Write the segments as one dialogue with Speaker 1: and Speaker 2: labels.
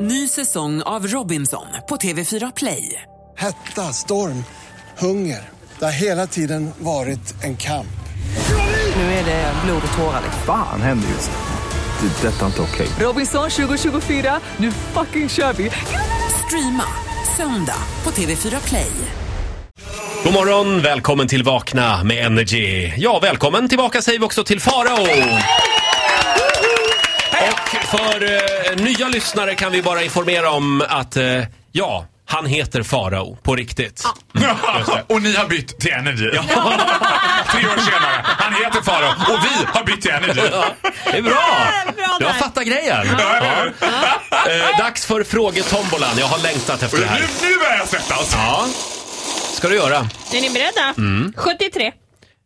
Speaker 1: Ny säsong av Robinson på TV4 Play.
Speaker 2: Hetta, storm, hunger. Det har hela tiden varit en kamp.
Speaker 1: Nu är det blod och tårar.
Speaker 3: Fan händer just nu. Det. är Detta är inte okej.
Speaker 1: Robinson 2024, nu fucking kör vi! Streama söndag på TV4 Play.
Speaker 4: God morgon, välkommen till Vakna med Energy. Ja, välkommen tillbaka säger vi också till Farao. Och för eh, nya lyssnare kan vi bara informera om att, eh, ja, han heter Farao på riktigt.
Speaker 5: och ni har bytt till Energy. Tre år senare. Han heter Farao och vi har bytt till Energy.
Speaker 4: Det är bra!
Speaker 6: Bra
Speaker 4: Du har
Speaker 6: där.
Speaker 4: fattat grejen. Ja. Eh, Dags för frågetombolan. Jag har längtat efter det här.
Speaker 5: Nu, nu är jag svettas.
Speaker 4: Ja, ska du göra.
Speaker 6: Är ni beredda? 73.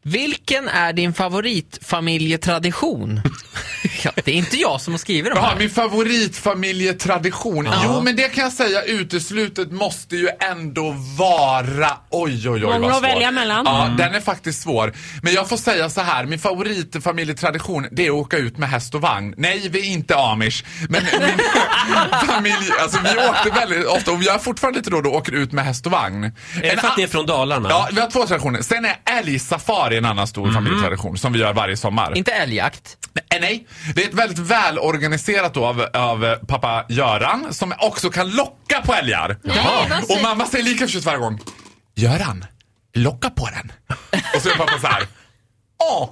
Speaker 7: Vilken är din favoritfamiljetradition? ja, det är inte jag som har skrivit de
Speaker 5: Jaha,
Speaker 7: här.
Speaker 5: min favoritfamiljetradition. Jo, men det kan jag säga uteslutet måste ju ändå vara... Oj, oj, oj
Speaker 6: Många
Speaker 5: vad
Speaker 6: att
Speaker 5: svår.
Speaker 6: välja mellan.
Speaker 5: Ja,
Speaker 4: Mm.
Speaker 5: den är faktiskt svår. Men jag får säga så här, min favoritfamiljetradition det är att åka ut med häst och vagn. Nej, vi är inte amish. Men min familj, alltså vi åkte väldigt ofta och vi har fortfarande lite då och då åker ut med häst och vagn.
Speaker 4: Är det för att ni är från Dalarna?
Speaker 5: Ja, vi har två traditioner. Sen är älgsafari en annan
Speaker 4: Mm.
Speaker 5: stor familjetradition som vi gör varje sommar.
Speaker 7: Inte älgjakt.
Speaker 5: Nej, Eh, nej. Det är ett väldigt välorganiserat då av, av eh, pappa Göran som också kan locka på älgar.
Speaker 6: vad
Speaker 5: Och
Speaker 6: säger-
Speaker 5: mamma säger lika förtjust varje gång. Göran, locka på den. Och så är pappa så här. Åh!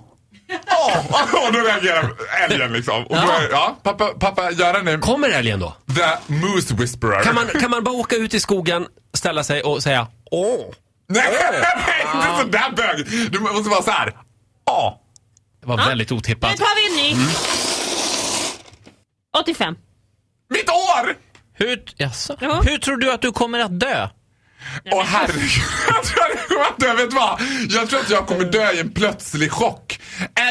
Speaker 5: Åh! Och då reagerar älgen liksom. Och då är, ja, pappa, pappa Göran är
Speaker 4: Kommer älgen då?
Speaker 5: the moose whisperer.
Speaker 4: Kan man, kan man bara åka ut i skogen, ställa sig och säga åh?
Speaker 5: Nej, nej, inte sådär bög! Du måste vara så här. Åh!
Speaker 4: Det
Speaker 5: Ah.
Speaker 4: var väldigt
Speaker 6: Nu
Speaker 4: otippat.
Speaker 6: tar vi en ny.
Speaker 7: Mm.
Speaker 6: 85.
Speaker 5: Mitt år!
Speaker 7: Hur, jaså?
Speaker 6: Ja.
Speaker 7: Hur tror du att du kommer att dö?
Speaker 5: Åh herregud, jag tror att jag kommer att dö. Vet du vad? Jag tror att jag kommer dö i en plötslig chock.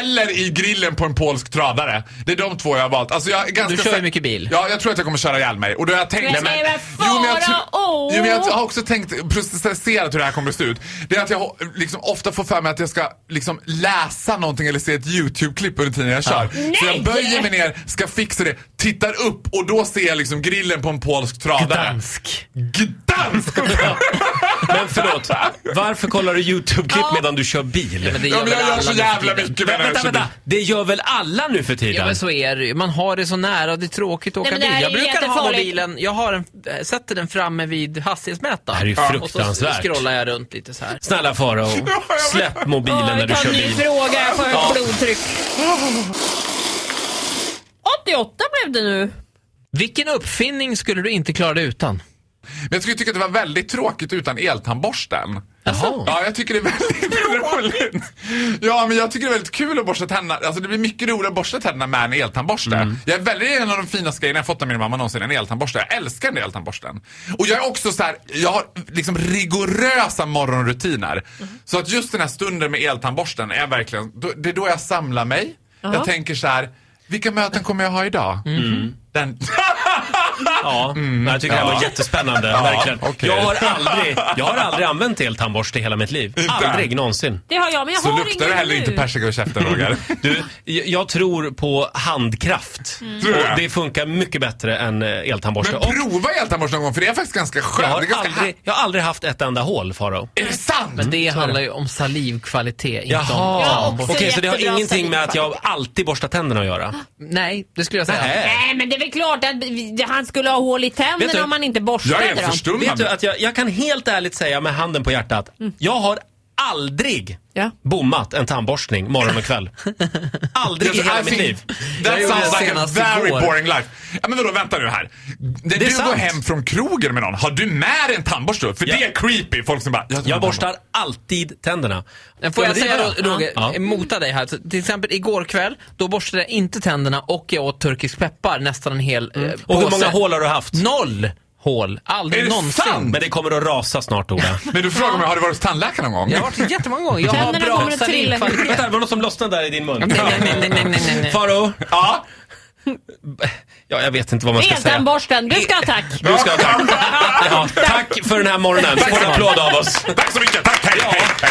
Speaker 5: Eller i grillen på en polsk tradare. Det är de två jag har valt. Alltså, jag är ganska
Speaker 7: Du kör ju
Speaker 5: sä-
Speaker 7: mycket bil.
Speaker 5: Ja, jag tror att jag kommer köra ihjäl mig. Och då har jag tänkt...
Speaker 6: Jag säger väl fara,
Speaker 5: tror-
Speaker 6: åh.
Speaker 5: jo, men jag har också tänkt, processerat hur det här kommer att se ut. Det är att jag ho- liksom, ofta får för mig att jag ska liksom, läsa någonting eller se ett YouTube-klipp under tiden jag kör. Så jag böjer mig ner, ska fixa det, tittar upp och då ser jag liksom grillen på en polsk tradare.
Speaker 7: Dansk.
Speaker 5: Gdansk!
Speaker 4: Men förlåt, varför kollar du YouTube-klipp medan du kör bil?
Speaker 7: Men det
Speaker 5: Ja, men jag gör
Speaker 7: väl alla
Speaker 5: så
Speaker 7: nu för
Speaker 5: jävla
Speaker 7: tiden.
Speaker 5: mycket med den här
Speaker 4: Vänta, vänta!
Speaker 5: tjuven.
Speaker 4: Det gör väl alla nu för
Speaker 7: Ja
Speaker 4: tiden?
Speaker 7: men så är det ju. Man har det så nära och det är tråkigt att åka
Speaker 6: men det här
Speaker 7: bil. Jag
Speaker 6: är ju
Speaker 7: brukar ha
Speaker 6: jättefarligt.
Speaker 7: mobilen, jag har en, äh, sätter den framme vid hastighetsmätaren.
Speaker 4: Det här är ju
Speaker 7: Ja. Och
Speaker 4: fruktansvärt.
Speaker 7: så scrollar jag runt lite så här.
Speaker 4: Snälla Farao, släpp mobilen när
Speaker 6: Jag
Speaker 4: du
Speaker 6: tar
Speaker 4: kör
Speaker 6: en ny
Speaker 4: bil.
Speaker 6: fråga, jag får högt blodtryck. 88 blev det nu.
Speaker 7: Vilken uppfinning skulle du inte klara dig utan?
Speaker 5: Men jag skulle tycka att det var väldigt tråkigt utan eltandborsten.
Speaker 7: Jaha.
Speaker 5: Ja, jag tycker det är väldigt roligt. Ja, men jag tycker det är väldigt kul att borsta tänderna. Alltså det blir mycket roligare att borsta tänderna med en eltandborste.
Speaker 4: Mm.
Speaker 5: Jag är väldigt en av de finaste grejerna jag fått av min mamma någonsin, en eltandborste. Jag älskar den eltandborsten. Och jag är också så här, jag har liksom rigorösa morgonrutiner.
Speaker 4: Mm.
Speaker 5: Så att just den här stunden med eltandborsten är verkligen, då- det är då jag samlar mig. Jag tänker så här, vilka möten kommer jag ha idag?
Speaker 4: Mm.
Speaker 5: Den,
Speaker 4: Ja, jag tycker det här var
Speaker 5: Ja.
Speaker 4: jättespännande.
Speaker 5: Ja,
Speaker 4: verkligen.
Speaker 5: okej.
Speaker 4: Jag, har aldrig, jag har aldrig använt eltandborste i hela mitt liv.
Speaker 5: Inte?
Speaker 4: Aldrig någonsin.
Speaker 6: Det har jag, men jag
Speaker 5: så
Speaker 6: har
Speaker 5: luktar
Speaker 6: ingen
Speaker 5: det heller
Speaker 6: nu.
Speaker 5: inte persika och käften Roger.
Speaker 4: Du, jag jag tror på handkraft.
Speaker 5: Mm. Tror du
Speaker 4: Och
Speaker 5: det?
Speaker 4: det funkar mycket bättre än eh, eltandborste.
Speaker 5: Men
Speaker 4: Och
Speaker 5: prova eltandborste någon gång för det är faktiskt ganska
Speaker 4: jag,
Speaker 5: skönt.
Speaker 4: har
Speaker 5: Det är, ganska
Speaker 4: aldrig, jag har aldrig haft ett enda hål, Farao.
Speaker 5: är det sant?
Speaker 7: Men det handlar ju om salivkvalitet, inte om
Speaker 4: Jaha!
Speaker 6: också
Speaker 4: Okej, så det har
Speaker 6: jättebra
Speaker 4: ingenting med att jag alltid borstar tänderna att göra?
Speaker 7: Nej, det skulle jag säga.
Speaker 6: Nej, men det är väl klart att vi- han skulle ha hål i
Speaker 4: Vet du?
Speaker 6: tänderna om han inte
Speaker 5: jag
Speaker 6: borstade
Speaker 5: är
Speaker 6: dem.
Speaker 4: Vet
Speaker 5: förstummad.
Speaker 4: du att jag, jag kan helt ärligt säga med handen på hjärtat, jag har aldrig
Speaker 6: Mm. Ja.
Speaker 4: bommat en tandborstning morgon och kväll. Aldrig i
Speaker 5: Alltså,
Speaker 4: hela
Speaker 5: I
Speaker 4: mitt
Speaker 5: think
Speaker 4: liv.
Speaker 7: Jag
Speaker 5: That
Speaker 7: gjorde det
Speaker 5: sounds like a
Speaker 7: senast
Speaker 5: very
Speaker 7: igår.
Speaker 5: boring life. Ja, men vadå, vänta nu här. När
Speaker 4: är
Speaker 5: du
Speaker 4: sant.
Speaker 5: går hem från krogen med någon, har du med dig en tandborste? då? För
Speaker 4: Ja.
Speaker 5: det är creepy. Folk som bara... tar en
Speaker 4: Jag
Speaker 5: tandborste.
Speaker 4: borstar alltid tänderna.
Speaker 7: Men Får
Speaker 4: Ja,
Speaker 7: jag
Speaker 4: men det
Speaker 7: säga
Speaker 4: gör jag.
Speaker 7: då, Roger,
Speaker 4: Ja.
Speaker 7: mota dig här. Så, till exempel igår kväll, då borstade jag inte tänderna och jag åt turkisk peppar nästan en hel eh,
Speaker 4: Mm. Och hur
Speaker 7: påse.
Speaker 4: många hål har du haft?
Speaker 7: Noll hål.
Speaker 5: Är
Speaker 7: Aldrig
Speaker 5: det
Speaker 7: någonsin.
Speaker 5: sant?
Speaker 4: Men det kommer att rasa snart, Ola.
Speaker 5: Men du frågar mig, har du varit hos tandläkaren någon gång?
Speaker 7: Jag har varit jättemånga gånger. Jag har
Speaker 6: Tänderna kommer
Speaker 7: bra
Speaker 6: att trilla.
Speaker 7: salivkvalitet.
Speaker 4: Vänta, det var något som lossnade där i din mun.
Speaker 7: Nej, nej, nej, nej, nej, nej, nej.
Speaker 4: Faro,
Speaker 5: Ja.
Speaker 4: ja, jag vet inte vad man ska säga.
Speaker 6: Eltandborsten, du ska ha tack.
Speaker 4: Du ska ha tack. Ja, tack för den här morgonen. Du får en applåd av oss.
Speaker 5: Tack så mycket. Tack, hej, hej, hej.